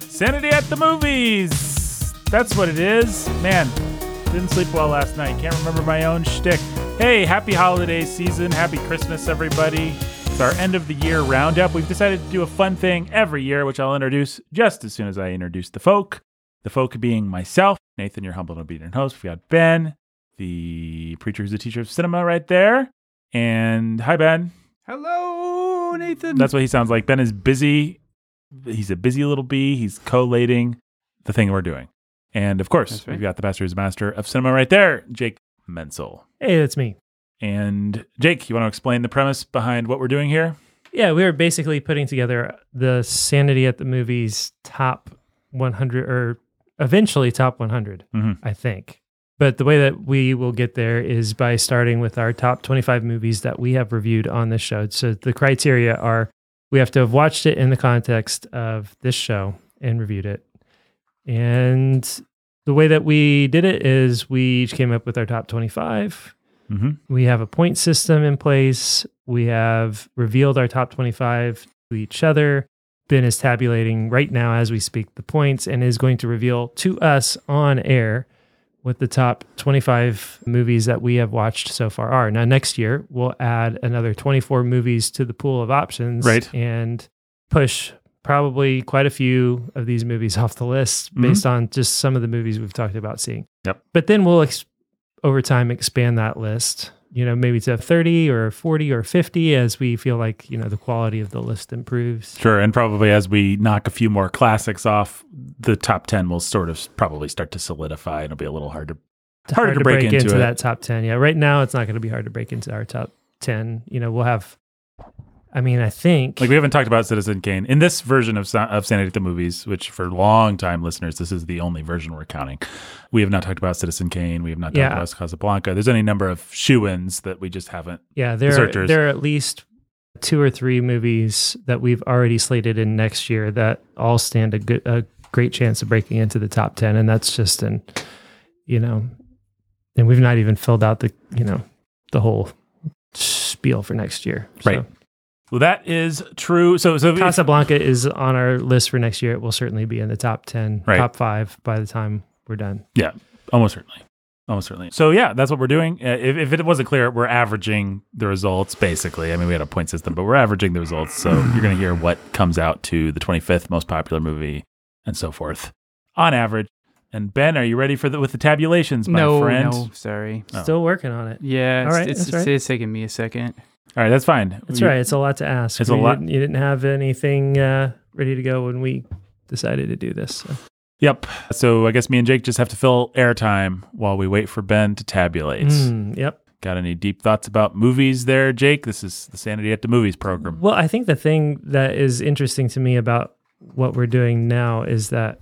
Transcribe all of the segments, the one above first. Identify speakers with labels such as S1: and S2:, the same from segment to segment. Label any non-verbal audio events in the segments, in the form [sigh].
S1: Insanity at the movies. That's what it is. Man, didn't sleep well last night. Can't remember my own shtick. Hey, happy holiday season. Happy Christmas, everybody. It's our end of the year roundup. We've decided to do a fun thing every year, which I'll introduce just as soon as I introduce the folk. The folk being myself, Nathan, your humble and obedient host. We got Ben, the preacher who's a teacher of cinema, right there. And hi, Ben.
S2: Mm.
S3: Hello, Nathan.
S1: That's what he sounds like. Ben is busy. He's a busy little bee. He's collating the thing we're doing. And of course,
S3: That's right.
S1: we've got the pastor who's a master of cinema right there, Jake Mensel.
S2: Hey, that's me.
S1: And Jake, you want to explain the premise behind what we're doing here?
S2: Yeah, we were basically putting together the Sanity at the Movies top 100 or eventually top 100,
S1: Mhm.
S2: I think. But the way that we will get there is by starting with our top 25 movies that we have reviewed on this show. So the criteria are we have to have watched it in the context of this show and reviewed it. And the way that we did it is we each came up with our top 25
S1: Mm-hmm.
S2: we have a point system in place. We have revealed our top 25 to each other. Ben is tabulating right now as we speak the points and is going to reveal to us on air what the top 25 movies that we have watched so far are. Now, next year, we'll add another 24 movies to the pool of options
S1: Right.
S2: and push probably quite a few of these movies [laughs] off the list
S1: Mhm.
S2: based on just some of the movies we've talked about seeing.
S1: Yep.
S2: But then we'll ex- over time expand that list you know maybe to 30 or 40 or 50 as we feel like you know the quality of the list improves
S1: Sure. And probably as we knock a few more classics off, the top 10 will sort of probably start to solidify. and It'll be a little hard to. Harder to break into it.
S2: that top 10 yeah right now it's not going to be hard to break into our top 10 you know we'll have i mean i think
S1: Like, we haven't talked about Citizen Kane. In this version of, Sa- of Sanity at the Movies, which for long time listeners, this is the only version we're counting, we have not talked about Citizen Kane. We have not talked
S2: Yeah.
S1: about Casablanca. There's any number of shoe ins that we just haven't.
S2: yeah there
S1: Searchers.
S2: are, there are at least two or three movies that we've already slated in next year that all stand a good a great chance of breaking into the top 10 and that's just an you know and we've not even filled out the you know the whole spiel for next year
S1: Right. Well, that is true. So, so if-
S2: Casablanca is on our list for next year. It will certainly be in the top 10,
S1: Right.
S2: top five by the time we're done.
S1: Almost certainly. Almost certainly. So yeah, that's what we're doing. Uh, if, if it wasn't clear, we're averaging the results basically. I mean, we had a point system, but we're averaging the results.
S2: [laughs]
S1: So you're going to hear what comes out to the 25th most popular movie and so forth on average. And Ben, are you ready for the with the tabulations, my
S3: no,
S1: friend?
S3: no, sorry.
S1: Oh.
S2: Still working on it.
S3: Yeah, it's,
S2: All right,
S3: it's,
S2: that's
S3: it's,
S2: right.
S3: it's taking me a second.
S1: All right, that's fine.
S2: That's
S1: You-
S2: right. It's a lot to ask.
S1: It's a
S2: We
S1: lot-
S2: Didn't, you didn't have anything uh, ready to go when we decided to do this. So.
S1: Yep. So I guess me and Jake just have to fill airtime while we wait for Ben to tabulate.
S2: Mm, yep.
S1: Got any deep thoughts about movies there, Jake? This is the Sanity at the Movies program.
S2: Well, I think the thing that is interesting to me about what we're doing now is that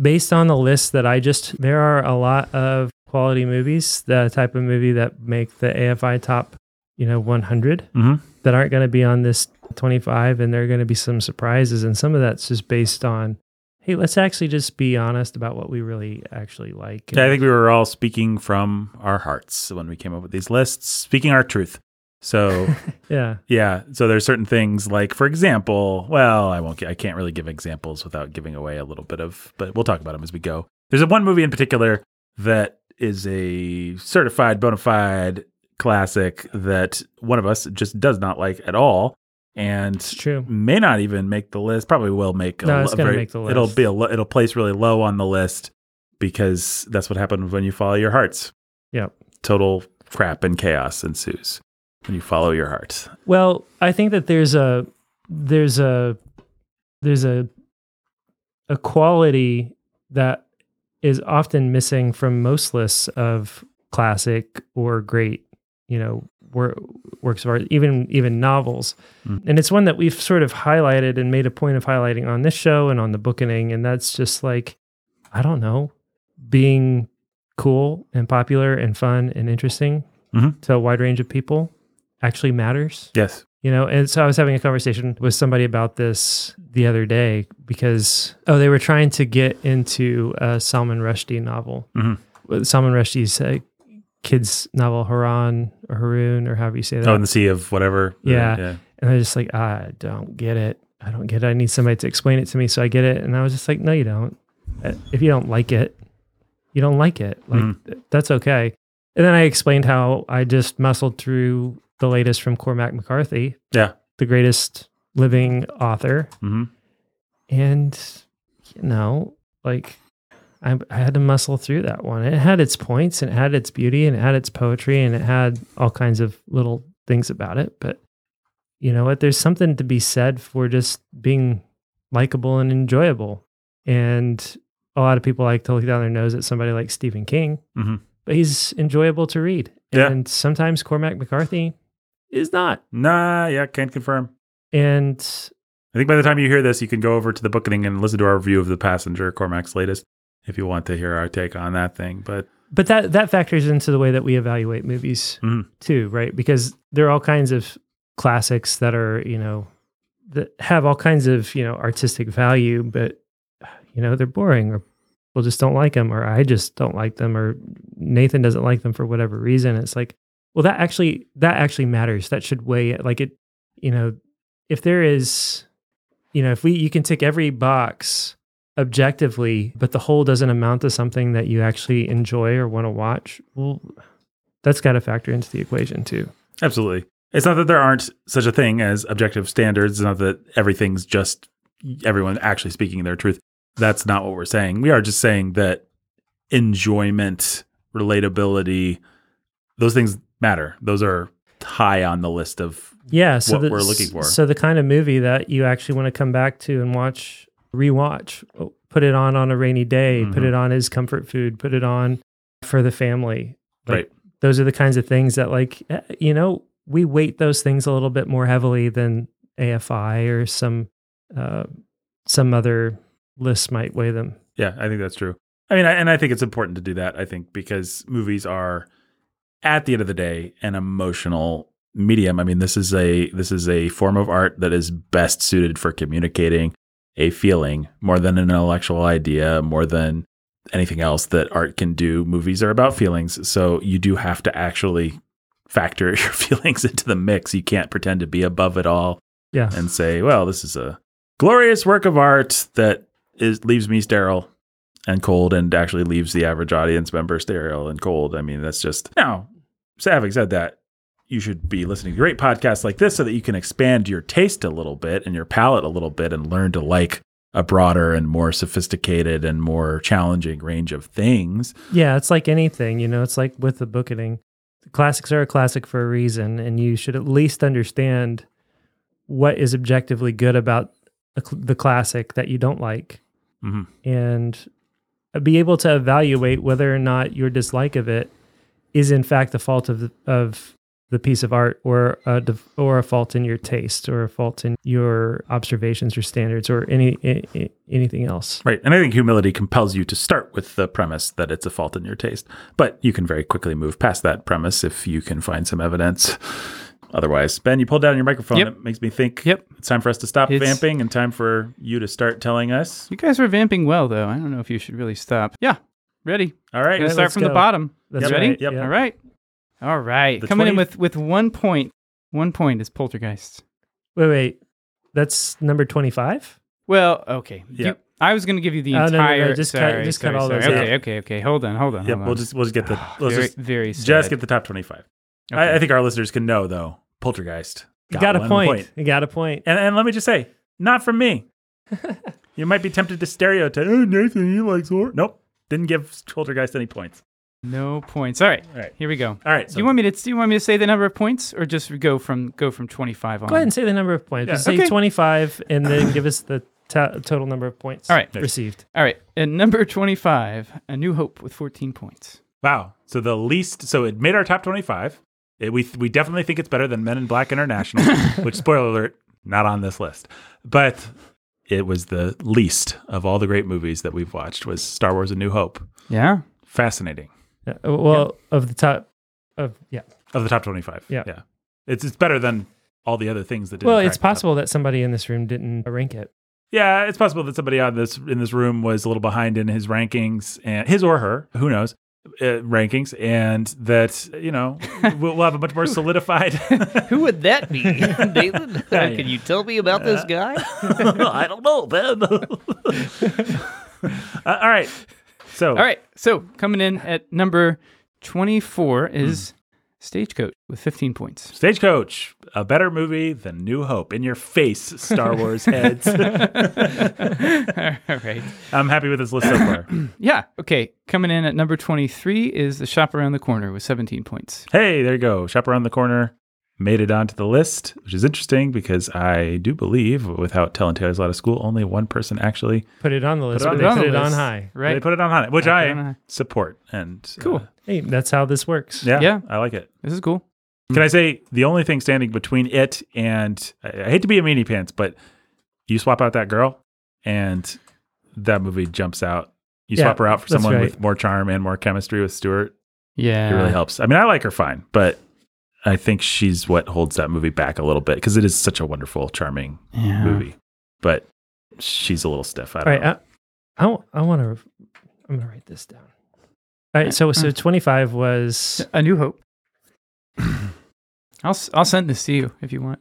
S2: based on the list that I just, there are a lot of quality movies, the type of movie that make the AFI top, you know, 100.
S1: Mhm.
S2: that aren't going to be on this 25 and there are going to be some surprises and some of that's just based on hey let's actually just be honest about what we really actually like
S1: Yeah, I think we were all speaking from our hearts when we came up with these lists, speaking our truth. So
S2: yeah
S1: yeah, so there's certain things like, for example, well, I won't, gi- I can't really give examples without giving away a little bit of, but we'll talk about them as we go. There's a one movie in particular that is a certified bona fide classic that one of us just does not like at all,
S2: it's
S1: and
S2: true
S1: may not even make the list. Probably will make.
S2: No,
S1: lo-
S2: it's gonna make the list.
S1: It'll be a lo- it'll place really low on the list because that's what happens when you follow your hearts.
S2: Yep.
S1: Total crap and chaos ensues when you follow your heart.
S2: well i think that there's a there's a there's a a quality that is often missing from most lists of classic or great you know wor- works of art even even novels
S1: Mm.
S2: and it's one that we've sort of highlighted and made a point of highlighting on this show and on the bookening and that's just like i don't know being cool and popular and fun and interesting
S1: Mhm.
S2: to a wide range of people actually matters
S1: Yes.
S2: you know and so i was having a conversation with somebody about this the other day because oh they were trying to get into a salman rushdie novel
S1: Mhm.
S2: With salman rushdie's uh, kids novel haran or haroon or however you say that
S1: Oh, in the sea of whatever.
S2: Yeah. and i was just like i don't get it I don't get it. I need somebody to explain it to me so I get it. And I was just like, no, you don't. Uh, If you don't like it, you don't like it. Like, th- that's okay. And then I explained how I just muscled through the latest from Cormac McCarthy,
S1: Yeah.
S2: the greatest living author.
S1: Mm-hmm.
S2: And, you know, like, I, I had to muscle through that one. It had its points and it had its beauty and it had its poetry and it had all kinds of little things about it. But you know what? There's something to be said for just being likable and enjoyable. And a lot of people like to look down their nose at somebody like Stephen King,
S1: Mhm.
S2: but he's enjoyable to read.
S1: Yeah.
S2: And sometimes Cormac McCarthy is not.
S1: Nah, yeah, can't confirm.
S2: And
S1: I think by the time you hear this, you can go over to the booking and listen to our review of The Passenger, Cormac's latest, if you want to hear our take on that thing. But
S2: but that that factors into the way that we evaluate movies
S1: Mhm.
S2: too, right? Because there are all kinds of classics that are you know that have all kinds of you know artistic value, but you know they're boring or people just don't like them, or I just don't like them, or Nathan doesn't like them for whatever reason. It's like, well, that actually that actually matters. That should weigh like it. You know, if there is, you know, if we you can tick every box objectively, but the whole doesn't amount to something that you actually enjoy or want to watch, well, that's got to factor into the equation too.
S1: Absolutely. It's not that there aren't such a thing as objective standards. It's not that everything's just everyone actually speaking their truth. That's not what we're saying. We are just saying that enjoyment, relatability, those things matter. Those are high on the list of.
S2: Yeah, so
S1: What
S2: the,
S1: we're looking for.
S2: So the kind of movie that you actually want to come back to and watch, rewatch, oh, put it on on a rainy day, put
S1: Mhm.
S2: it on as comfort food, put it on for the family. Like,
S1: Right.
S2: Those are the kinds of things that, like, eh, you know, we weight those things a little bit more heavily than AFI or some uh, some other list might weigh them.
S1: Yeah, I think that's true. I mean, I, and I think it's important to do that, I think, because movies are at the end of the day an emotional medium. I mean, this is a this is a form of art that is best suited for communicating a feeling more than an intellectual idea, more than anything else that art can do. Movies are about feelings, so you do have to actually factor [laughs] your feelings into the mix. You can't pretend to be above it all
S2: Yeah.
S1: and say, "Well, this is a glorious work of art that is leaves me sterile and cold, and actually leaves the average audience member sterile and cold." I mean, that's just now. So having said that, you should be listening to great podcasts like this so that you can expand your taste a little bit and your palate a little bit and learn to like a broader and more sophisticated and more challenging range of things.
S2: Yeah, it's like anything, you know, it's like with the booketing. The classics are a classic for a reason, and you should at least understand what is objectively good about a cl- the classic that you don't like
S1: Mhm.
S3: Mm-hmm.
S2: and uh, be able to evaluate whether or not your dislike of it is in fact the fault of the, of the piece of art or a, def- or a fault in your taste or a fault in your observations or standards or any a- a- anything else.
S1: Right. And I think humility compels you to start with the premise that it's a fault in your taste. But you can very quickly move past that premise if you can find some evidence. Otherwise, Ben, you pulled down your microphone.
S3: Yep.
S1: It makes me think
S3: Yep.
S1: it's time for us to stop
S3: It's-
S1: vamping and time for you to start telling us.
S3: You guys were vamping well, though. I don't know if you should really stop. Yeah. Ready.
S1: All right.
S3: I'm going to
S2: Alright,
S3: start
S2: let's
S3: from the
S2: go.
S3: bottom.
S2: That's
S1: Yep.
S2: right.
S3: Ready?
S1: Yep.
S2: yeah.
S3: All right. All right.
S1: The
S3: Coming
S1: 20
S3: in with, with one point. One point is Poltergeist.
S2: Wait, wait. That's number 25?
S3: Well, okay.
S1: Yeah.
S3: You- I was going to give you the
S2: Oh, no, no, no,
S3: entire.
S2: just cut-
S3: sorry,
S2: just cut
S3: sorry,
S2: all
S3: sorry.
S2: those out.
S3: Okay, okay, okay. Hold on, hold on.
S1: Yep.
S3: hold on. Ah,
S1: We'll just we'll just get the let's
S3: very,
S1: just,
S3: very
S1: just
S3: sad.
S1: get the top twenty five.
S3: Okay.
S1: I, I think our listeners can know though. Poltergeist
S2: You got, a
S1: one
S2: point. You got a point.
S1: And, and let me just say, not from
S3: [laughs]
S1: me. you might be tempted to stereotype. Oh, Nathan, he likes horror. Nope. Didn't give Poltergeist any points.
S3: no points. All right.
S1: All right.
S3: Here we go.
S1: All right.
S3: do you want me to do you want me to say the number of points or just go from go from 25 on?
S2: Go ahead and say the number of points.
S1: Yeah.
S2: Say
S3: Okay.
S2: 25 and then give us the to- total number of points
S3: All right.
S2: received.
S3: All right. At number 25, A New Hope with 14 points.
S1: Wow. So the least, so it made our top 25. It, we, we definitely think it's better than Men in Black International,
S2: [laughs]
S1: which, spoiler alert, not on this list. But it was the least of all the great movies that we've watched was Star Wars A New Hope.
S3: Yeah.
S1: Fascinating.
S2: Yeah, uh, well, of the top of yeah.
S1: Of the top 25.
S2: Yeah.
S1: Yeah. It's, it's better than all the other things that did
S2: Well, it's possible that somebody in this room didn't rank it.
S1: Yeah, it's possible that somebody on this in this room was a little behind in his rankings and his or her, who knows, uh, rankings, and that you know [laughs] we'll, we'll have a much more
S2: [laughs]
S1: solidified.
S4: Who would that be, Nathan? Can you tell me about this guy?
S1: [laughs] I don't know, man. [laughs] Uh, all right, so
S3: All right. So coming in at number 24
S1: Hmm.
S3: is Stagecoach with
S1: [laughs]
S3: 15 points.
S1: Stagecoach, a better movie than New Hope. In your face, Star Wars
S3: [laughs]
S1: heads.
S3: All right.
S1: I'm happy with this list so
S3: [clears throat]
S1: far.
S3: Yeah. Okay. Coming in at number 23 is The Shop Around the Corner with 17 points.
S1: Hey, there you go. Shop around the corner. Made it onto the list, which is interesting because I do believe, without telling Taylor's Law of School, only one person actually
S2: Put it on the
S1: it
S2: list. but
S1: on
S2: they
S1: the
S2: put it
S3: list.
S2: on high.
S1: they
S3: Right.
S1: put it on high, which
S3: Put it
S1: I
S3: on high.
S1: support and
S3: Cool.
S1: uh,
S2: Hey, that's how this works.
S1: yeah,
S3: Yeah.
S1: I like it.
S3: this is cool.
S1: Can I say the only thing standing between it and I, I hate to be a meanie pants, but you swap out that girl, and that movie jumps out. You
S2: Yeah,
S1: swap her out for
S2: that's
S1: someone
S2: right.
S1: with more charm and more chemistry with Stuart.
S3: Yeah.
S1: it really helps. I mean, I like her fine, but I think she's what holds that movie back a little bit because it is such a wonderful, charming
S3: Yeah.
S1: movie. But she's a little stiff. I
S2: All
S1: don't
S2: right. uh,
S1: know.
S2: I, I, want to, I'm going to write this down. All right. So, so 25 was,
S3: A New Hope. I'll, s- I'll send this to you if you want.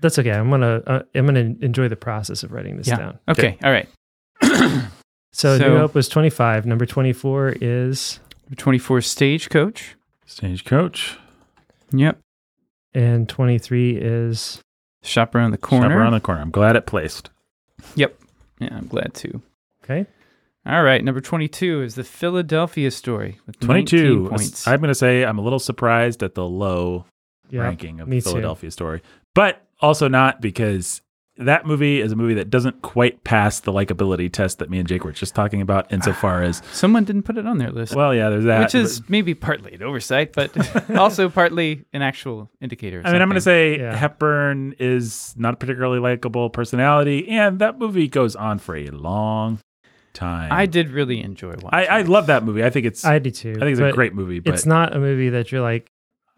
S2: that's okay. I'm going to, uh, I'm going to enjoy the process of writing this
S3: Yeah.
S2: down.
S3: Okay. All right. [coughs]
S2: So,
S3: So-
S2: New Hope was 25. Number 24 is,
S3: Number 24 Stagecoach.
S1: Stagecoach.
S3: Yep.
S2: and 23 is,
S3: Shop Around the
S1: Shop
S3: Corner.
S1: around the corner. I'm glad it placed.
S3: yeah. I'm glad too.
S2: okay.
S3: All right. Number 22 is The Philadelphia Story with
S1: 22.
S3: 22 points.
S1: I'm going to say I'm a little surprised at the low
S2: Yeah.
S1: ranking of
S2: me
S1: the
S2: too.
S1: Philadelphia story, but also not because that movie is a movie that doesn't quite pass the likability test that me and Jake were just talking about insofar as,
S3: Someone didn't put it on their list.
S1: well, uh, yeah, there's that.
S3: which is maybe partly an
S1: [laughs]
S3: oversight, but also partly an actual indicator.
S1: I mean, I'm going to say
S2: Yeah.
S1: Hepburn is not a particularly likable personality, and that movie goes on for a long time.
S3: I did really enjoy watching.
S1: I, I
S3: it.
S1: love that movie. I think it's I,
S2: I do too.
S1: think it's a
S2: but
S1: great movie. But
S2: It's not a movie that you're like,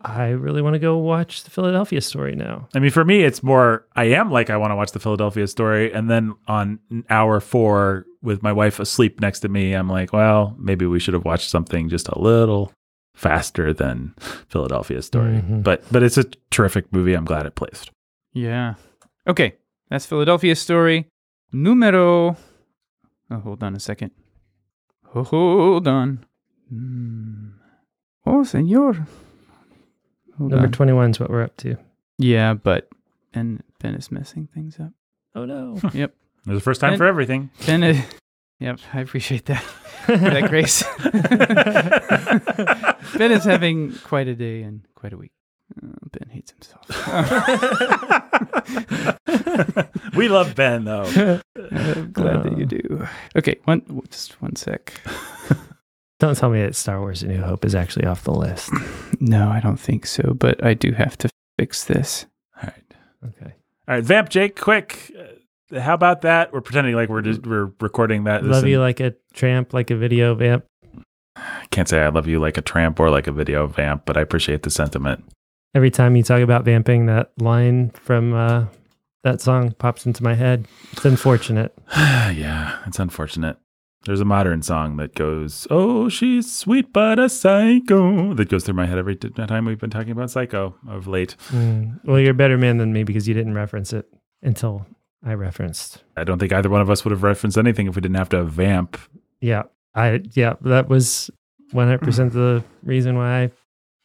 S2: I really want to go watch the Philadelphia story now.
S1: I mean, for me, it's more I am like I want to watch the Philadelphia story, and then on hour four with my wife asleep next to me, I'm like, well, maybe we should have watched something just a little faster than Philadelphia story.
S2: Mhm.
S1: But but it's a terrific movie. I'm glad it placed.
S3: Yeah. Okay, that's Philadelphia story numero. Oh, hold on a second. Oh, hold on. Hmm. Oh, senor. Hold
S2: Number
S3: on.
S2: 21 is what we're up to.
S3: yeah, but and Ben is messing things up.
S2: Oh no.
S3: Yep.
S1: It was the first time
S3: And-
S1: for everything.
S3: [laughs]
S2: [laughs]
S3: Ben. Is, yep. I appreciate that. For that [laughs] grace. Ben is
S2: [laughs]
S3: having quite a day and quite a week. Uh, ben hates [laughs] himself.
S1: [laughs]
S3: Uh,
S1: we love Ben
S2: [laughs]
S1: though.
S3: I'm glad that you
S2: Uh.
S3: do. Okay, one just one sec.
S2: [laughs] Don't tell me that Star Wars A New Hope is actually off
S1: [laughs]
S2: the list.
S3: No, I don't think so, but I do have to fix this.
S1: All right.
S2: Okay.
S1: All right, vamp Jake, quick. Uh, How about that? We're pretending like we're just we're recording that. This
S2: Love you
S1: in-
S2: like a tramp, like a video vamp.
S1: I can't say I love you like a tramp or like a video vamp, but I appreciate the sentiment. [sighs]
S2: Every time you talk about vamping, that line from uh, that song pops into my head. It's unfortunate.
S1: yeah, it's unfortunate. There's a modern song that goes, "Oh, she's sweet but a psycho," that goes through my head every t- time we've been talking about psycho of late.
S2: Mm. Well, you're a better man than me because you didn't reference it until I referenced.
S1: I don't think either one of us would have referenced anything if we didn't have to vamp.
S2: Yeah. I yeah, that was
S3: [clears throat]
S2: 100% the reason why I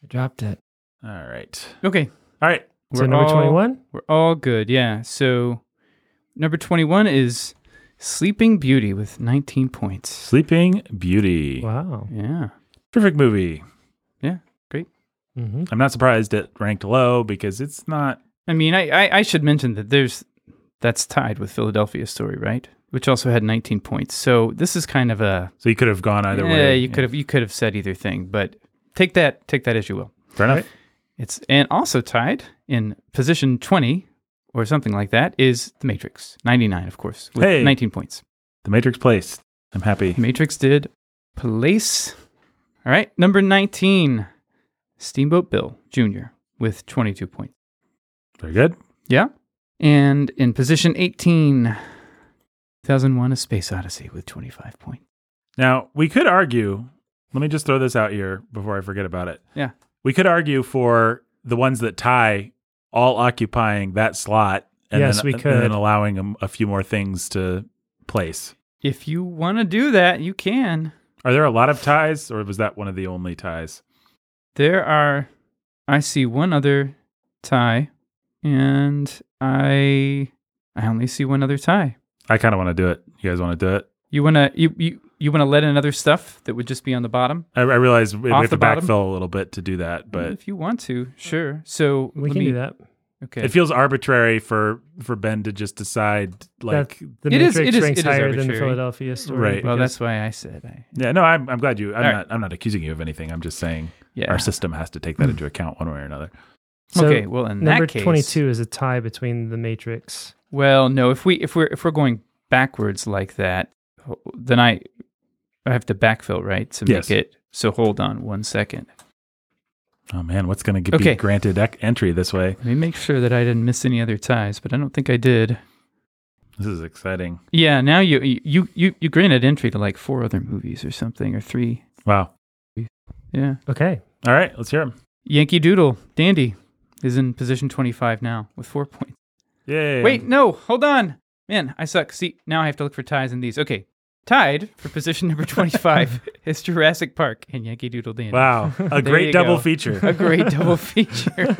S2: dropped it.
S1: All right,
S3: Okay,
S1: all right.
S2: So
S3: We're
S2: number
S3: all-
S2: 21?
S3: we're all good. Yeah. So number 21 is Sleeping Beauty with 19 points.
S1: Sleeping Beauty,
S2: Wow.
S3: Yeah.
S1: terrific movie.
S2: Mm-hmm.
S1: I'm not surprised it ranked low because it's not
S3: I mean, I, I I should mention that there's that's tied with Philadelphia story, right? Which also had 19 points. So this is kind of a
S1: So you could have gone either
S3: yeah,
S1: way.
S3: you could have you could have said either thing, but take that take that as you will.
S1: Fair enough.
S3: It's and also tied in position 20 or something like that is The Matrix. 99, of course, with
S1: Hey.
S3: 19 points.
S1: The Matrix placed. I'm happy.
S3: Matrix did place. All right, number 19, Steamboat Bill Jr. with 22 points.
S1: Very good.
S3: Yeah. And in position 18, 2001 A Space Odyssey with 25 points.
S1: Now we could argue Let me just throw this out here before I forget about it.
S3: Yeah.
S1: We could argue for the ones that tie all occupying that slot and
S2: Yes,
S1: then,
S2: we
S1: and then
S2: could.
S1: allowing 'em a few more things to place.
S3: If you want to do that, you can.
S1: Are there a lot of ties or was that one of the only ties?
S3: There are. I see one other tie, and I I only see one other tie.
S1: I kind of want to do it. You guys want to do it?
S3: You wanna you you, you wanna let in other stuff that would just be on the bottom.
S1: I, I realize we we
S3: Off
S1: have
S3: the
S1: to
S3: bottom? Mm-hmm.
S1: backfill a little bit to do that, but
S3: if you want to, sure. So
S2: We
S3: let
S2: can
S3: me-
S2: do that.
S3: Okay.
S1: it feels arbitrary for for Ben to just decide like
S2: that, the
S3: It is-
S2: Matrix
S3: it is-
S2: ranks
S3: it is
S2: higher than
S3: arbitrary.
S2: Philadelphia story.
S1: Right.
S3: well,
S2: because-
S3: that's why I said I.
S1: yeah, no, I'm, I'm glad you. I'm
S3: All
S1: not.
S3: right.
S1: I'm not accusing you of anything. I'm just saying
S3: Yeah. Hmm.
S1: our system has to take that into account one way or another.
S2: so
S3: okay. Well, in
S2: number
S3: that case,
S2: twenty-two is a tie between the Matrix.
S3: Well, no. If we if we're if we're going backwards like that, ho- then I I have to backfill right to
S1: Yes.
S3: make it. So hold on one second.
S1: Oh man, what's going to
S3: Okay.
S1: be granted ec- entry this way?
S3: Let me make sure that I didn't miss any other ties, but I don't think I did.
S1: This is exciting.
S3: Yeah, now you you you you granted entry to like four other movies or something or three.
S1: Wow.
S3: Yeah,
S2: Okay,
S1: All right, let's hear him.
S3: Yankee Doodle Dandy is in position twenty five now with four points.
S1: Yay.
S3: Wait, no, hold on, man, I suck. See, now I have to look for ties in these. Okay, tied for position number twenty five is Jurassic Park and Yankee Doodle Dandy. [laughs]
S1: Wow, a
S3: you
S1: great double
S3: go. [laughs]
S1: feature. [laughs]
S3: a great double feature.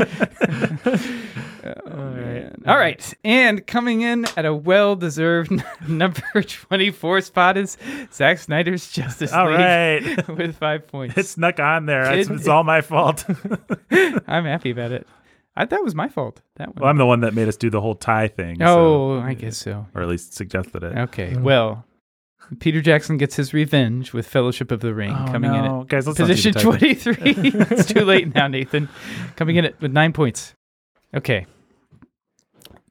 S3: Oh,
S2: All right.
S3: man. All right. And coming in at a well deserved [laughs] number 24 spot is Zack Snyder's Justice
S1: All
S3: League
S1: right.
S3: [laughs] with five points.
S1: It snuck on there. It's,
S3: Kid-
S1: it's all my fault. [laughs]
S3: I'm happy about it. I thought it was my fault. That
S1: well, I'm
S3: one.
S1: the one that made us do the whole tie thing. so-
S3: oh, I guess Oh, so.
S1: or at least suggested it.
S3: Okay. Well, Peter Jackson gets his revenge with Fellowship of the Ring coming in at
S1: guys. Let's Oh, not do
S3: position
S1: the tie thing.
S3: 23.
S1: [laughs]
S3: it's too late now, Nathan. Coming in at, with nine points. Okay.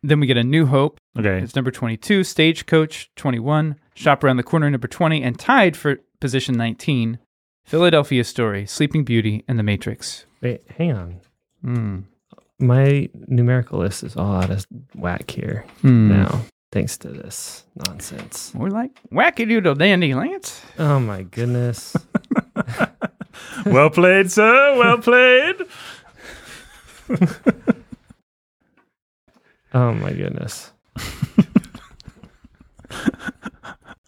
S3: Then we get a New Hope.
S1: Okay,
S3: It's number 22, Stagecoach 21, Shop Around the Corner number 20, and tied for position 19, Philadelphia Story, Sleeping Beauty, and The Matrix.
S2: wait, hang on.
S3: Mm.
S2: My numerical list is all out of whack here
S3: Mm.
S2: now, thanks to this nonsense.
S3: More like wacky doodle dandy, Lance.
S2: Oh my goodness.
S1: well played, sir.
S3: [laughs]
S1: Well played.
S2: oh my goodness.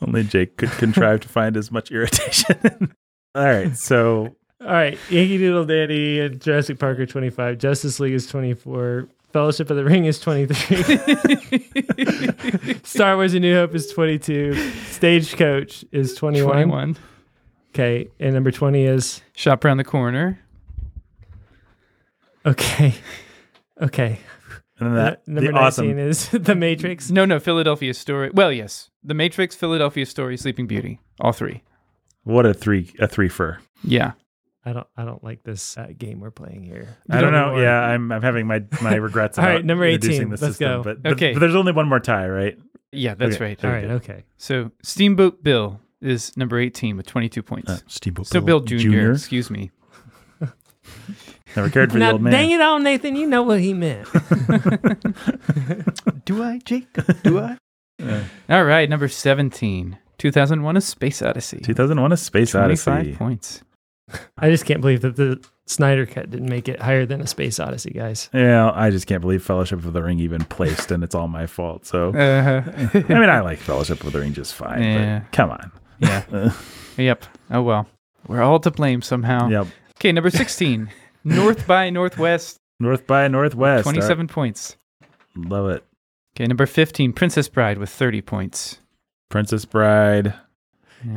S1: Only Jake could contrive to find as much irritation. [laughs] all right, so
S2: All right, Yankee Doodle Dandy and Jurassic Park are 25. Justice League is 24. Fellowship of the Ring is [laughs] 23. Star Wars: A New Hope is 22. Stagecoach is 21.
S3: 21.
S2: Okay, and number 20 is
S3: Shop Around the Corner.
S2: okay, okay.
S1: and then that
S2: N- number
S1: the
S2: 19
S1: awesome.
S2: is [laughs] The Matrix.
S3: No, no, Philadelphia Story. Well, yes. The Matrix, Philadelphia Story, Sleeping Beauty. All three.
S1: What a three a three fur.
S3: Yeah.
S2: I don't, I don't like this uh, game we're playing here.
S1: I don't know.
S2: Anymore.
S1: Yeah, I'm I'm having my
S2: [laughs]
S1: my regrets.
S2: All
S1: about
S2: right, number
S1: reducing
S2: 18,
S1: The
S2: let's
S1: system,
S2: go.
S1: But, but-
S3: Okay.
S1: but there's only one more tie, right?
S3: Yeah, that's
S1: Okay.
S3: right.
S2: All right. Okay.
S3: So Steamboat Bill is number 18 with 22 points.
S1: Uh, Steamboat
S3: so Bill Jr., excuse me.
S1: Never cared for the
S2: Now,
S1: old man.
S2: dang it all, Nathan, you know what
S1: [laughs]
S2: he meant.
S3: Do I, Jake? [laughs] Do I? All right, number 17. 2001 A Space Odyssey.
S1: 2001: A Space
S3: 25
S1: Odyssey.
S3: points.
S2: I just can't believe that the Snyder cut didn't make it higher than a Space Odyssey, guys.
S1: Yeah, I just can't believe Fellowship of the Ring even placed, and it's all my fault. So
S3: Uh,
S1: [laughs] I mean, I like Fellowship of the Ring just fine.
S3: Yeah.
S1: But come on.
S3: yeah. yep. Oh, well. We're all to blame
S1: [laughs]
S3: somehow.
S1: Yep.
S3: Okay,
S1: [laughs]
S3: number 16. North by Northwest.
S1: North by Northwest.
S3: 27 points.
S1: All right, Love it.
S3: Okay, number 15. Princess Bride with 30 points.
S1: Princess Bride.
S3: Yep. [laughs]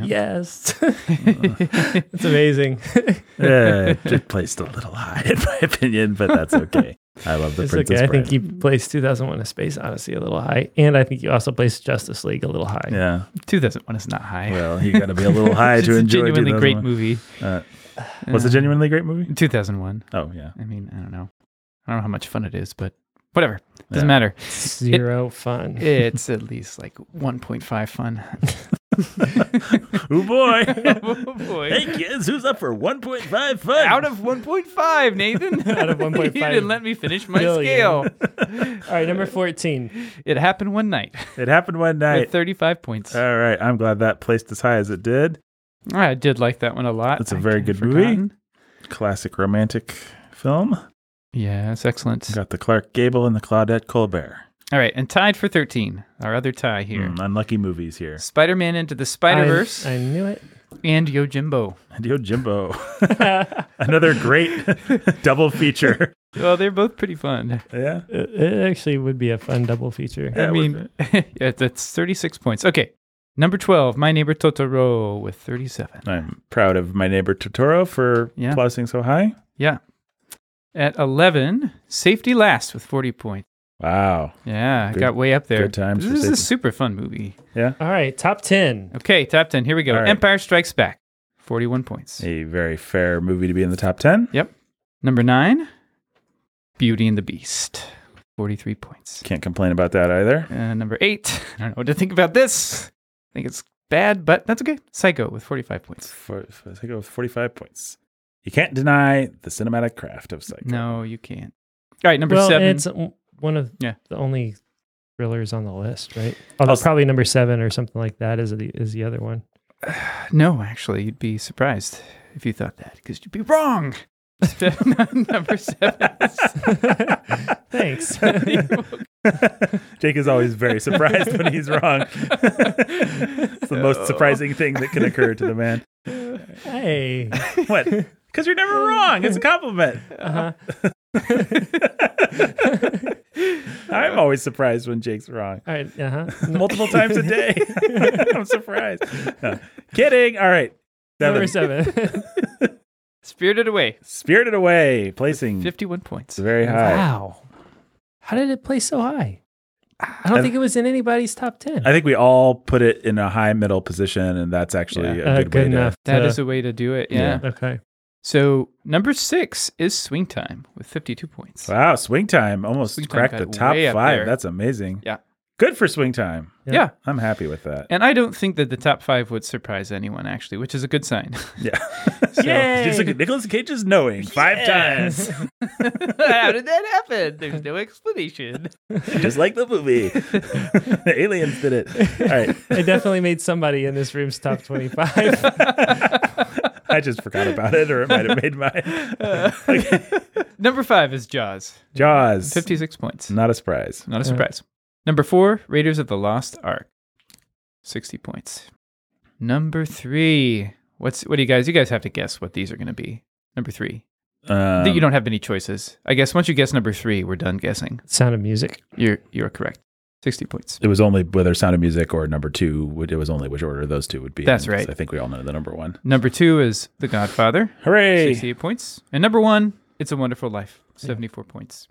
S2: Yes. It's amazing. [laughs]
S1: Yeah, just placed a little high in my opinion, but that's okay. I love the
S2: It's okay.
S1: Princess
S2: I
S1: Bride.
S2: think you placed 2001 A Space Odyssey a little high. And I think you also placed Justice League a little high.
S1: yeah.
S3: 2001 is not high.
S1: Well, you got to be a little high
S3: it's
S1: to
S3: a
S1: enjoy
S3: genuinely great
S1: 2001.
S3: movie.
S1: Uh, was it
S3: Uh,
S1: genuinely great [laughs] movie?
S3: 2001.
S1: Oh yeah.
S3: I mean, I don't know. I don't know how much fun it is, but whatever.
S1: Yeah.
S3: Doesn't matter.
S2: Zero fun.
S3: It's at least like 1.5 fun.
S1: Oh boy.
S3: [laughs] oh boy.
S1: [laughs] hey kids, who's up for 1.5 fun?
S3: Out of
S1: [laughs]
S3: 1.5, Nathan.
S2: Out of
S3: You
S2: 1.5
S3: didn't let me finish my scale.
S2: billion. All right, number 14.
S3: It happened one night
S1: it happened one
S3: with
S1: night.
S3: 35 points.
S1: All right, I'm glad that placed as high as it did.
S3: I did like that one a lot.
S1: That's a
S3: I
S1: very
S3: kinda
S1: good movie.
S3: forgotten.
S1: Classic romantic film.
S3: Yeah, it's excellent.
S1: Got the Clark Gable and the Claudette Colbert.
S3: All right, and tied for 13, our other tie here.
S1: Mm, unlucky movies here.
S3: Spider Man Into the Spider Verse
S2: I, I knew it. [laughs]
S3: and Yojimbo.
S1: And Yojimbo. [laughs]
S3: [laughs]
S1: Another great [laughs] double feature.
S3: Well, they're both pretty fun.
S1: Yeah.
S2: It it actually would be a fun double feature.
S1: Yeah,
S3: I
S1: it
S3: mean, [laughs] yeah, that's 36 points. Okay, number 12, My Neighbor Totoro with 37.
S1: I'm proud of my neighbor Totoro for
S3: Yeah.
S1: plusing so high.
S3: Yeah. At 11, Safety Last with 40 points.
S1: Wow.
S3: Yeah,
S1: Good-
S3: got way up there.
S1: good times for
S3: This is a
S1: safety.
S3: super fun movie.
S2: All right, top 10.
S3: Okay, top 10. Here we go.
S1: All right.
S3: Empire Strikes Back, 41 points.
S1: A very fair movie to be in the top 10.
S3: Yep. Number 9, Beauty and the Beast, 43 points.
S1: Can't complain about that either.
S3: Uh, number eight. [laughs] I don't know what to think about this. I think it's bad, but that's okay. Psycho with 45 points.
S1: For, for, I think it was 45 points. You can't deny the cinematic craft of Psycho. [laughs]
S3: No, you can't. All right, number
S2: well,
S3: seven.
S2: it's w- one of
S3: Yeah.
S2: the only thrillers on the list, right? Although
S1: Also-
S2: probably number seven or something like that is the is the
S3: [laughs]
S2: other one.
S3: [gasps]
S2: [laughs]
S3: No, actually, you'd be surprised if you thought that because you'd be
S2: [laughs]
S3: wrong. [laughs] number seven. [laughs]
S2: Thanks.
S1: [laughs] Jake is always very surprised when he's
S4: [laughs]
S1: wrong. it's the
S3: Oh.
S1: most surprising thing that can occur to the man.
S2: hey.
S1: What? Because you're never wrong. It's a compliment. [laughs]
S2: Uh-huh.
S1: I'm always surprised when Jake's wrong.
S2: All right. Uh huh.
S1: Multiple times a day. [laughs] I'm surprised. No. Kidding. All right.
S2: [laughs] Number
S1: Seven. [laughs]
S2: seven.
S3: Spirited Away,
S1: Spirited Away, placing
S3: 51 points.
S1: very high.
S3: Ah.
S2: wow. How did it play so high? I don't
S1: I-
S2: think it was in anybody's top 10.
S1: I think we all put it in a high middle position, and that's actually
S3: Yeah.
S1: a
S2: Uh,
S1: good, way
S2: enough.
S3: That
S2: to-
S3: is a way to do it. Yeah.
S1: Yeah.
S2: [laughs] okay.
S3: So number six is Swing Time with 52 points.
S1: to. Wow, swing time almost
S3: Swing Time
S1: cracked
S3: got
S1: the top
S3: way up
S1: five.
S3: there.
S1: That's amazing.
S3: Yeah.
S1: Good for swing time.
S3: Yeah.
S1: I'm happy with that.
S3: [laughs] And I don't think that the top five would surprise anyone, actually, which is a good sign. [laughs]
S1: Yeah.
S3: So-
S1: Just look at Nicholas Cage's knowing five
S3: [laughs]
S1: times,
S4: [laughs] How did that happen? There's no explanation.
S1: just like the movie. the aliens did it. All
S3: [laughs]
S1: right.
S2: [laughs] It definitely made somebody in this room's
S1: [laughs]
S2: top 25.
S1: I just forgot about it, or it might have made mine.
S3: [laughs]
S1: Okay.
S3: Number five is Jaws,
S1: Jaws.
S3: 56 points.
S1: Not a surprise.
S3: Not a surprise. Number four, Raiders of the Lost Ark, 60 points. Number three, what's what do you guys? You guys have to guess what these are going to be. Number three,
S1: Um,
S3: Th- you don't have any choices. I guess once you guess number three, we're done guessing.
S2: Sound of Music.
S3: You're you're correct. 60 points.
S1: It was only whether Sound of Music or number two. would- It was only which order those two would be. in,
S3: That's
S1: 'cause
S3: right.
S1: I think we all know the number one.
S3: Number two is The Godfather,
S1: Hooray!
S3: 68 points. And number one, It's a Wonderful Life, 74 points.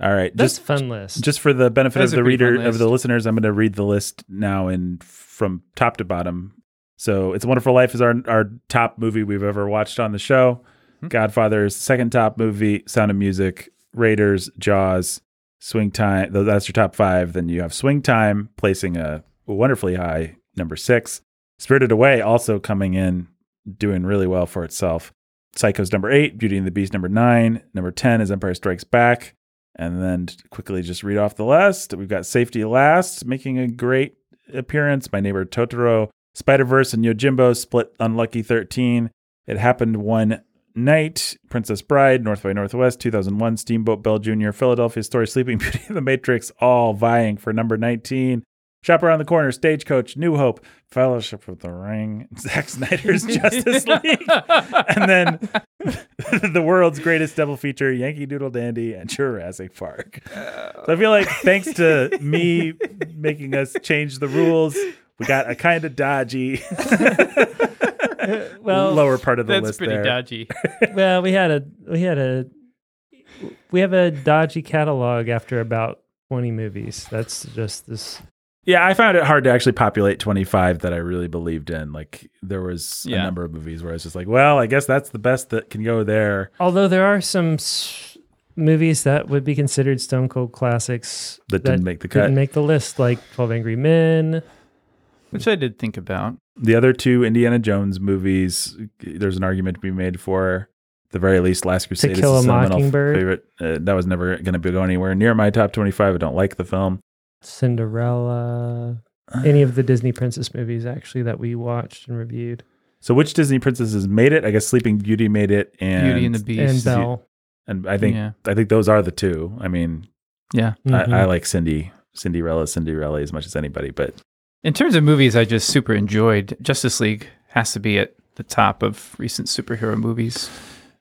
S1: All right,
S2: That's
S1: just
S2: a fun list.
S1: just for the benefit
S3: That's
S1: of
S3: a
S1: the
S3: pretty
S1: reader
S3: fun
S1: of the
S3: list.
S1: listeners, I'm going to read the list now and from top to bottom. So, "It's a Wonderful Life" is our our top movie we've ever watched on the show.
S3: Hmm.
S1: Godfather is the second top movie. Sound of Music, Raiders, Jaws, Swing Time. tho- That's your top five. Then you have Swing Time placing a wonderfully high number six. Spirited Away also coming in, doing really well for itself. Psycho's number eight, Beauty and the Beast number nine, number ten is Empire Strikes Back, and then t- quickly just read off the list. We've got Safety Last making a great appearance. My neighbor Totoro, Spider Verse, and Yojimbo split unlucky thirteen. It happened one night. Princess Bride, North by Northwest, two thousand one, Steamboat Bell Jr., Philadelphia Story, Sleeping Beauty, and The Matrix, all vying for number nineteen. Shop Around the Corner, Stagecoach, New Hope, Fellowship of the Ring, [laughs] Zack Snyder's Justice League, and then [laughs] the world's greatest double feature, Yankee Doodle Dandy and Jurassic Park. So I feel like thanks to me making us change the rules, we got a kind of
S3: [laughs]
S1: dodgy
S2: well,
S1: lower part of the
S3: That's
S1: list
S3: pretty
S1: there. [laughs]
S3: dodgy.
S2: well, we had a we had a we have a dodgy catalog after about 20 movies. That's just this
S1: Yeah, I found it hard to actually populate 25 that I really believed in. Like there was a
S3: Yeah.
S1: number of movies where I was just like, well, I guess that's the best that can go there.
S2: Although there are some s- movies that would be considered stone cold classics
S1: That didn't make the cut.
S2: Didn't make the list, like Twelve Angry Men.
S3: Which I did think about.
S1: the other two Indiana Jones movies, there's an argument to be made for. At The very least, Last Crusade
S2: Kill
S1: is
S2: a
S1: the seminal
S2: Mockingbird.
S1: favorite. Uh, that was never going to be go anywhere near my top 25. I don't like the film. Uh,
S2: Cinderella, any of the Disney princess movies actually that we watched and reviewed.
S1: So which Disney princesses made it? I guess Sleeping Beauty made it, and
S3: Beauty and the
S2: and
S3: Beast.
S2: Belle.
S1: and I think
S3: yeah.
S1: I think those are the two. I mean,
S3: yeah.
S2: Mhm.
S1: I, I like Cindy, Cinderella, Cinderella as much as anybody, but
S3: In terms of movies, I just super enjoyed. Justice League has to be at the top of recent superhero movies.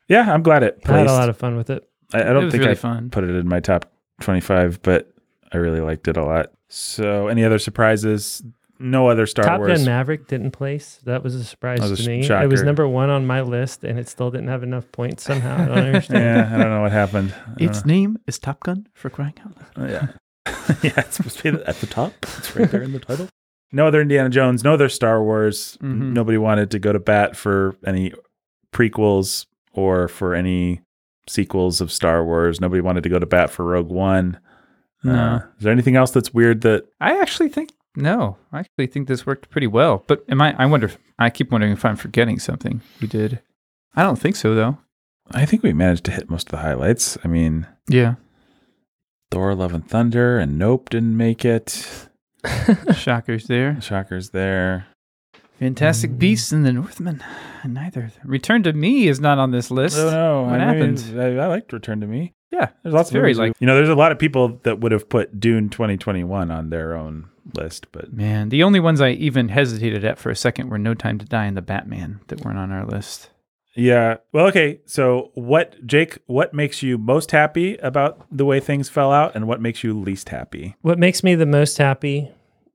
S1: yeah, I'm glad it
S2: Mm-hmm. I had
S1: placed.
S2: a
S1: I
S2: lot of fun with it.
S1: I,
S3: it
S1: don't
S3: was
S1: think
S3: really
S1: I
S3: fun.
S1: put it in my top 25, but I really liked it a lot. So any other surprises? No other Star
S2: Top
S1: Wars.
S2: Gun Maverick didn't place. That was a surprise
S1: That was a
S2: to me.
S1: shocker.
S2: It was number one on my list, and it still didn't have enough points somehow. I don't understand.
S1: yeah, I don't know what happened. I don't
S3: Its name is Top Gun for crying out
S1: know.
S3: loud.
S1: yeah. [laughs] yeah, it's supposed to be at the top. It's right there in the title. Mm-hmm. No other Indiana Jones, no other Star Wars.
S3: Mhm.
S1: Nobody wanted to go to bat for any prequels or for any sequels of Star Wars. Nobody wanted to go to bat for Rogue One. Uh,
S3: No.
S1: is there anything else that's weird that
S3: I actually think no. I actually think this worked pretty well. But am I? I wonder. if- I keep wondering if I'm forgetting something. We did. I don't think so though.
S1: I think we managed to hit most of the highlights. I mean,
S3: Yeah.
S1: Thor, Love and Thunder, and Nope didn't make it.
S3: [laughs] [laughs] Shockers there.
S1: Shockers there.
S3: Fantastic
S2: Mm.
S3: Beasts and the Northmen. Neither. of them. Return to Me is not on this list.
S1: Oh no!
S3: What
S1: I mean,
S3: happened?
S1: I, I liked Return to Me.
S3: Yeah.
S1: There's lots
S3: It's
S1: of
S3: very
S1: movies we-
S3: like-
S1: you know. There's a lot of people that would have put Dune 2021 on their own list, but
S3: Man, the only ones I even hesitated at for a second were No Time to Die and the Batman that weren't on our list.
S1: yeah. Well, okay. So what, Jake? What makes you most happy about the way things fell out, and what makes you least happy?
S2: What makes me the most happy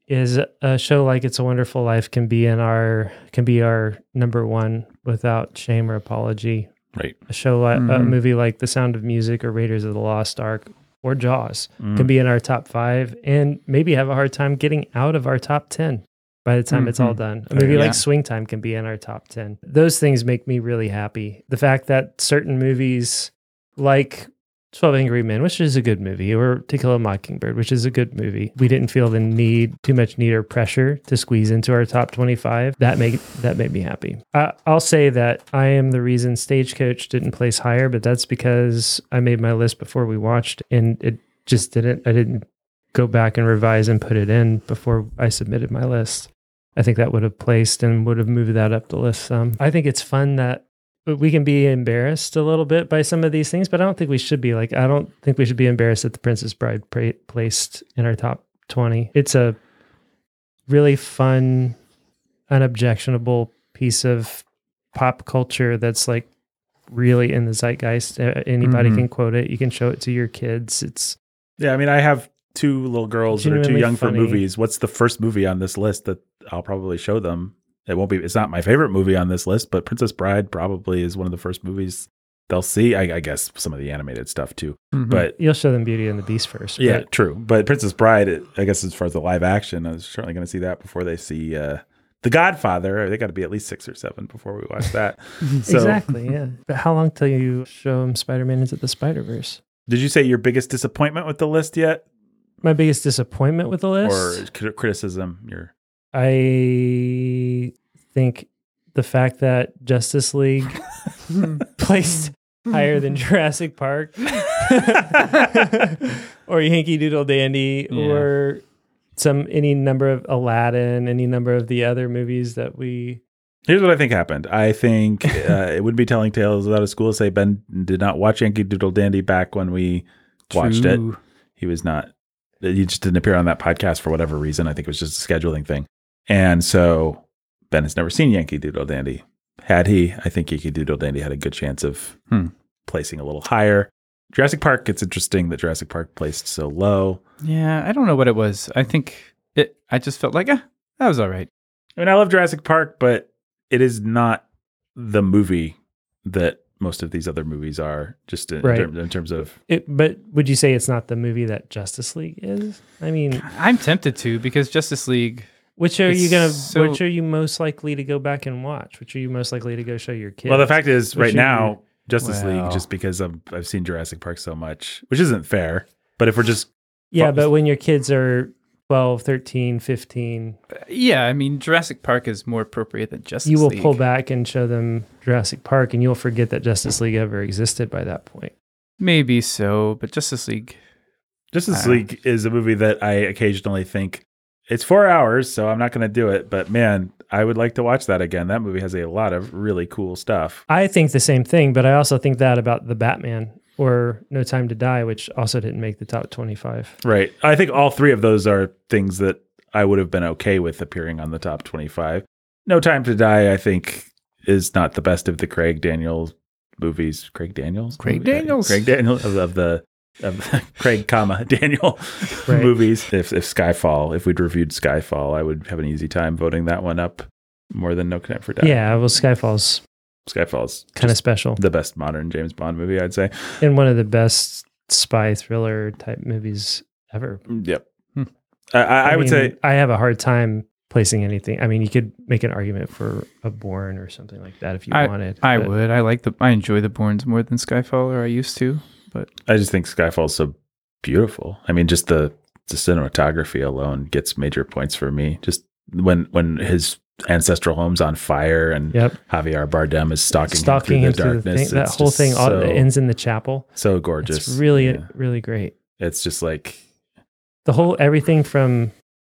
S2: is a show like It's a Wonderful Life can be in our can be our number one without shame or apology.
S1: Right.
S2: A show like a
S3: Mhm.
S2: movie like The Sound of Music or Raiders of the Lost Ark or Jaws
S1: Mm.
S2: can be in our top five and maybe have a hard time getting out of our top ten by the time it's all
S3: Mhm.
S2: done. A
S1: Oh,
S2: movie
S3: yeah.
S2: like Swing Time can be in our top ten. Those things make me really happy. The fact that certain movies like 12 Angry Men, which is a good movie, or To Kill a Mockingbird, which is a good movie. We didn't feel the need, too much need or pressure to squeeze into our top 25. That made, that made me happy. I, I'll say that I am the reason Stagecoach didn't place higher, but that's because I made my list before we watched and it just didn't, I didn't go back and revise and put it in before I submitted my list. I think that would have placed and would have moved that up the list some. I think it's fun that but we can be embarrassed a little bit by some of these things, but I don't think we should be. Like, I don't think we should be embarrassed that The Princess Bride pra- placed in our top 20. It's a really fun, unobjectionable piece of pop culture that's like really in the zeitgeist. Uh, Anybody
S3: Mhm.
S2: can quote it, you can show it to your kids. It's
S1: Yeah, I mean, I have two little girls that are too
S2: Genuinely
S1: young for
S2: funny.
S1: movies. What's the first movie on this list that I'll probably show them? It won't be. It's not my favorite movie on this list, but Princess Bride probably is one of the first movies they'll see. I, I guess some of the animated stuff too,
S2: Mm-hmm.
S3: Mm-hmm.
S1: but.
S2: you'll show them Beauty and the Beast first.
S1: Yeah,
S2: but
S1: true. But Princess Bride, it- I guess as far as the live action, I was certainly going to see that before they see uh, The Godfather. They got to be at least six or seven before we watch that. so,
S2: [laughs] exactly. Yeah. But how long till you show them Spider Man into the Spider Verse?
S1: did you say your biggest disappointment with the list yet,
S2: My biggest disappointment with the list,
S1: or cri- criticism? Your
S2: I think the fact that Justice [laughs] League placed higher than Jurassic [laughs] Park or Yankee Doodle Dandy
S3: Yeah.
S2: or some any number of Aladdin, any number of the other movies that we
S1: Here's what I think happened. I
S2: [laughs]
S1: think uh, it would be telling tales without a school to say Ben did not watch Yankee Doodle Dandy back when we watched it.
S3: True.
S1: He was not. He just didn't appear on that podcast for whatever reason. I think it was just a scheduling thing. And so Ben has never seen Yankee Doodle Dandy. Had he, I think Yankee Doodle Dandy had a good chance of
S3: Hmm.
S1: placing a little higher. Jurassic Park. It's interesting that Jurassic Park placed so low.
S3: Yeah, I don't know what it was. I think it. I just felt like ah, that was all right.
S1: I mean, I love Jurassic Park, but it is not the movie that most of these other movies are. Just in, in
S2: Right.
S1: term- in terms of
S2: it, but would you say it's not the movie that Justice League is? I mean,
S3: I'm tempted to because Justice League.
S2: which are you
S3: It's
S2: gonna?
S3: so-
S2: which are you most likely to go back and watch? Which are you most likely to go show your kids?
S1: well, the fact is,
S2: Which
S1: right
S2: you-
S1: now, Justice
S3: Well.
S1: League, just because I've, I've seen Jurassic Park so much, which isn't fair. But if we're just
S2: yeah,
S1: fu-
S2: but when your kids are 12, 13, 15,
S3: Yeah, I mean Jurassic Park is more appropriate than Justice.
S2: you will
S3: League.
S2: pull back and show them Jurassic Park, and you'll forget that Justice League ever existed by that point.
S3: Maybe so, but Justice League.
S1: Justice
S3: Uh,
S1: League is a movie that I occasionally think It's four hours, so I'm not going to do it. But man, I would like to watch that again. That movie has a lot of really cool stuff.
S2: I think the same thing, but I also think that about the Batman or No Time to Die, which also didn't make the
S3: [laughs]
S2: top 25.
S1: Right. I think all three of those are things that I would have been okay with appearing on the top 25. No Time to Die, I think, is not the best of the Craig Daniels movies. Craig Daniels?
S3: Craig
S1: Movie?
S3: Daniels.
S1: Craig Daniels of, of the. Of the [laughs] Craig, comma Daniel
S2: Right.
S1: movies. If if Skyfall, if we'd reviewed Skyfall, I would have an easy time voting that one up more than No Connect for Death.
S2: Yeah, well, Skyfall's
S1: Skyfall's
S2: kind of special
S1: the best modern James Bond movie, I'd say.
S2: and one of the best spy thriller type movies ever.
S1: Yep. Hmm. I, I, I would
S2: mean,
S1: say
S2: I have a hard time placing anything. I mean, you could make an argument for a Bourne or something like that if you wanted.
S3: I
S2: but
S3: would. I like the. I enjoy the Bournes more than Skyfall, or I used to.
S1: I just think Skyfall's so beautiful. I mean, just the the cinematography alone gets major points for me. Just when when his ancestral home's on fire and
S2: Yep,
S1: Javier Bardem is stalking,
S2: stalking
S1: him
S2: him
S1: through the
S2: through the
S1: darkness.
S2: thing. That
S1: it's
S2: whole
S1: just
S2: thing all,
S1: so,
S2: ends in the chapel.
S1: so gorgeous.
S2: it's really,
S1: Yeah.
S2: really great.
S1: it's just like
S2: The whole everything from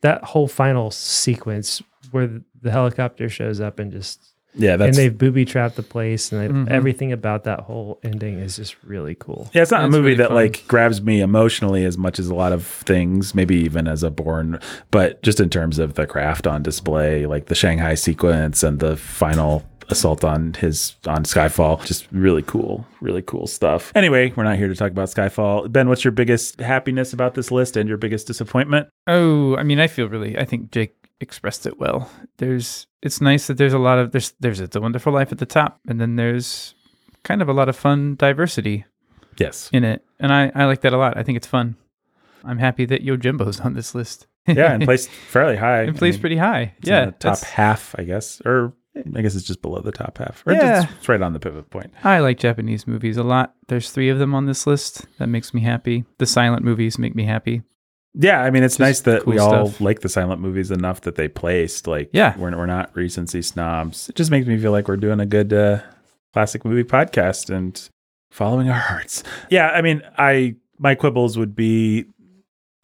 S2: that whole final sequence where the- the helicopter shows up and just
S1: yeah.
S2: and
S1: That's
S2: they've booby trapped the place and they
S3: Mhm.
S2: everything about that whole ending is just really cool.
S1: Yeah, it's not a
S3: That's
S1: movie
S3: really
S1: that
S3: fun.
S1: like grabs me emotionally as much as a lot of things, maybe even as a born, but just in terms of the craft on display, like the Shanghai sequence and the final assault on his on Skyfall. Just really cool, really cool stuff. Anyway, we're not here to talk about Skyfall. Ben, what's your biggest happiness about this list and your biggest disappointment?
S3: Oh, I mean, I feel really. I think Jake expressed it well. There's. It's nice that there's a lot of there's there's it's a wonderful life at the top, and then there's kind of a lot of fun diversity
S1: Yes.
S3: in it, and I I like that a lot. I think it's fun. I'm happy that Yojimbo's on this list.
S1: [laughs] Yeah,
S3: [laughs]
S1: and placed fairly high.
S3: and plays
S1: I mean,
S3: pretty high.
S1: it's in
S3: yeah,
S1: the top
S3: that's-
S1: half, I guess, or I guess it's just below the top half. Or yeah.
S3: Yeah.
S1: it's, it's right on the pivot point.
S3: I like Japanese movies a lot. There's three of them on this list. That makes me happy. The silent movies make me happy.
S1: Yeah, I mean, it's
S3: Just
S1: nice that
S3: cool
S1: we all
S3: stuff.
S1: like the silent movies enough that they placed. Like,
S3: Yeah.
S1: we're, we're not recency snobs. It just makes me feel like we're doing a good uh, classic movie podcast and following our hearts. Yeah, I mean, I my quibbles would be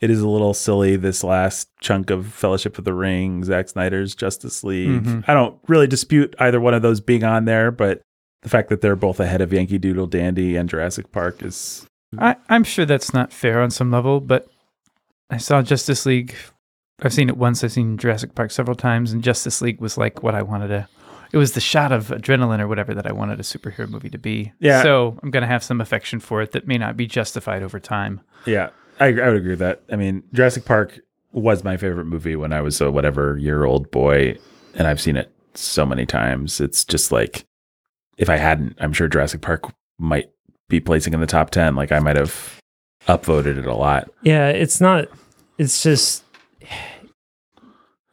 S1: it is a little silly this last chunk of Fellowship of the Ring, Zack Snyder's Justice League.
S3: Mhm.
S1: I don't really dispute either one of those being on there, but the fact that they're both ahead of Yankee Doodle Dandy and Jurassic Park is
S3: I, I'm sure that's not fair on some level, but I saw Justice League. I've seen it once. I've seen Jurassic Park several times, and Justice League was like what I wanted to. It was the shot of adrenaline or whatever that I wanted a superhero movie to be.
S1: Yeah.
S3: So I'm gonna have some affection for it that may not be justified over time.
S1: Yeah, I, I would agree with that. I mean, Jurassic Park was my favorite movie when I was a whatever year old boy, and I've seen it so many times. It's just like if I hadn't, I'm sure Jurassic Park might be placing in the top ten. Like I might have upvoted it a lot.
S2: Yeah, it's not. It's just.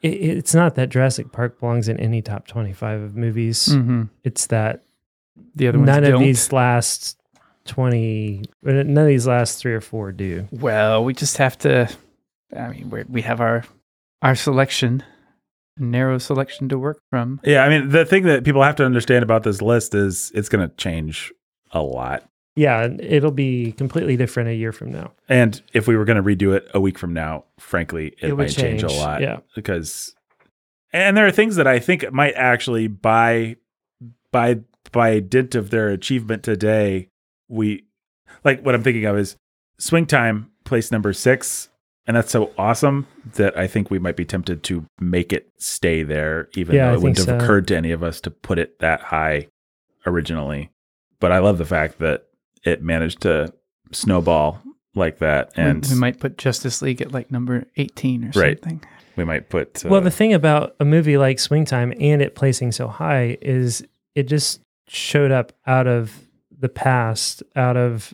S2: It, it's not that Jurassic Park belongs in any top twenty-five of movies.
S3: Mm-hmm.
S2: It's that
S3: The other ones
S2: none
S3: don't.
S2: of these last twenty, or none of these last three or four do.
S3: Well, we just have to. I mean, we're, we have our our selection, narrow selection to work from.
S1: Yeah, I mean, the thing that people have to understand about this list is it's going to change a lot.
S2: Yeah, and it'll be completely different a year from now.
S1: And if we were going to redo it a week from now, frankly, it,
S2: It would
S1: might change. a
S2: change,
S1: lot.
S2: yeah.
S1: Because, and there are things that I think might actually by, by, by dint of their achievement today, we, like what I'm thinking of is swing time place number six. And that's so awesome that I think we might be tempted to make it stay there, even
S2: Yeah,
S1: though
S2: I
S1: it
S2: think
S1: wouldn't have
S2: so.
S1: occurred to any of us to put it that high originally. But I love the fact that it managed to snowball like that.
S3: We-
S1: And
S3: we, might put Justice League at like number eighteen or
S1: Right.
S3: something.
S1: put. Uh,
S2: well, the thing about a movie like Swing Time and it placing so high is it just showed up out of the past, out of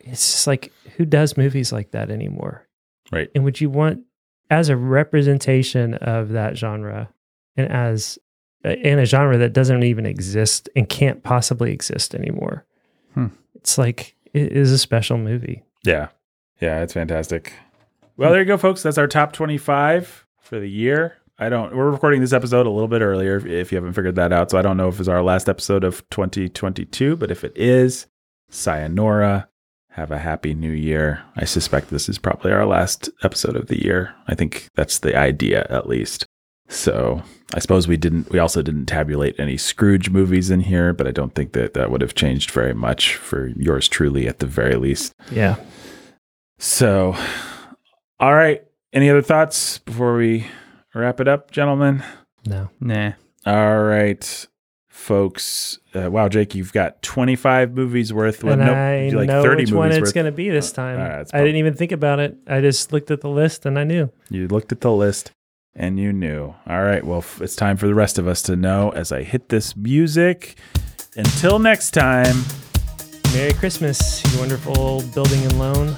S2: it's just like who does movies like that anymore?
S1: Right.
S2: And would you want as a representation of that genre and as uh, in a genre that doesn't even exist and can't possibly exist anymore?
S3: Hmm.
S2: It's like it is a special movie.
S1: yeah. Yeah, it's fantastic. Well, there you go, folks. That's our top 25 for the year. I don't, we're recording this episode a little bit earlier if- if you haven't figured that out. So I don't know if it's our last episode of 2022, but if it is, sayonara. Have a happy new year. I suspect this is probably our last episode of the year. I think that's the idea, at least. So I suppose we didn't. We also didn't tabulate any Scrooge movies in here, but I don't think that that would have changed very much for yours truly, at the very least.
S2: Yeah.
S1: So, all right. Any other thoughts before we wrap it up, gentlemen?
S2: No.
S3: Nah.
S1: All right, folks. Uh, wow, Jake, you've got 25 movies worth. Well,
S2: and
S1: nope,
S2: I
S1: like
S2: know
S1: 30
S2: which one
S1: movies
S2: it's
S1: worth. Oh,
S2: going to be this time.
S1: all right, it's
S2: I didn't even think about it. I just looked at the list and I knew.
S1: You looked at the list and you knew. All right, well, f- it's time for the rest of us to know as I hit this music. Until next time.
S2: Merry Christmas, you wonderful building and loan.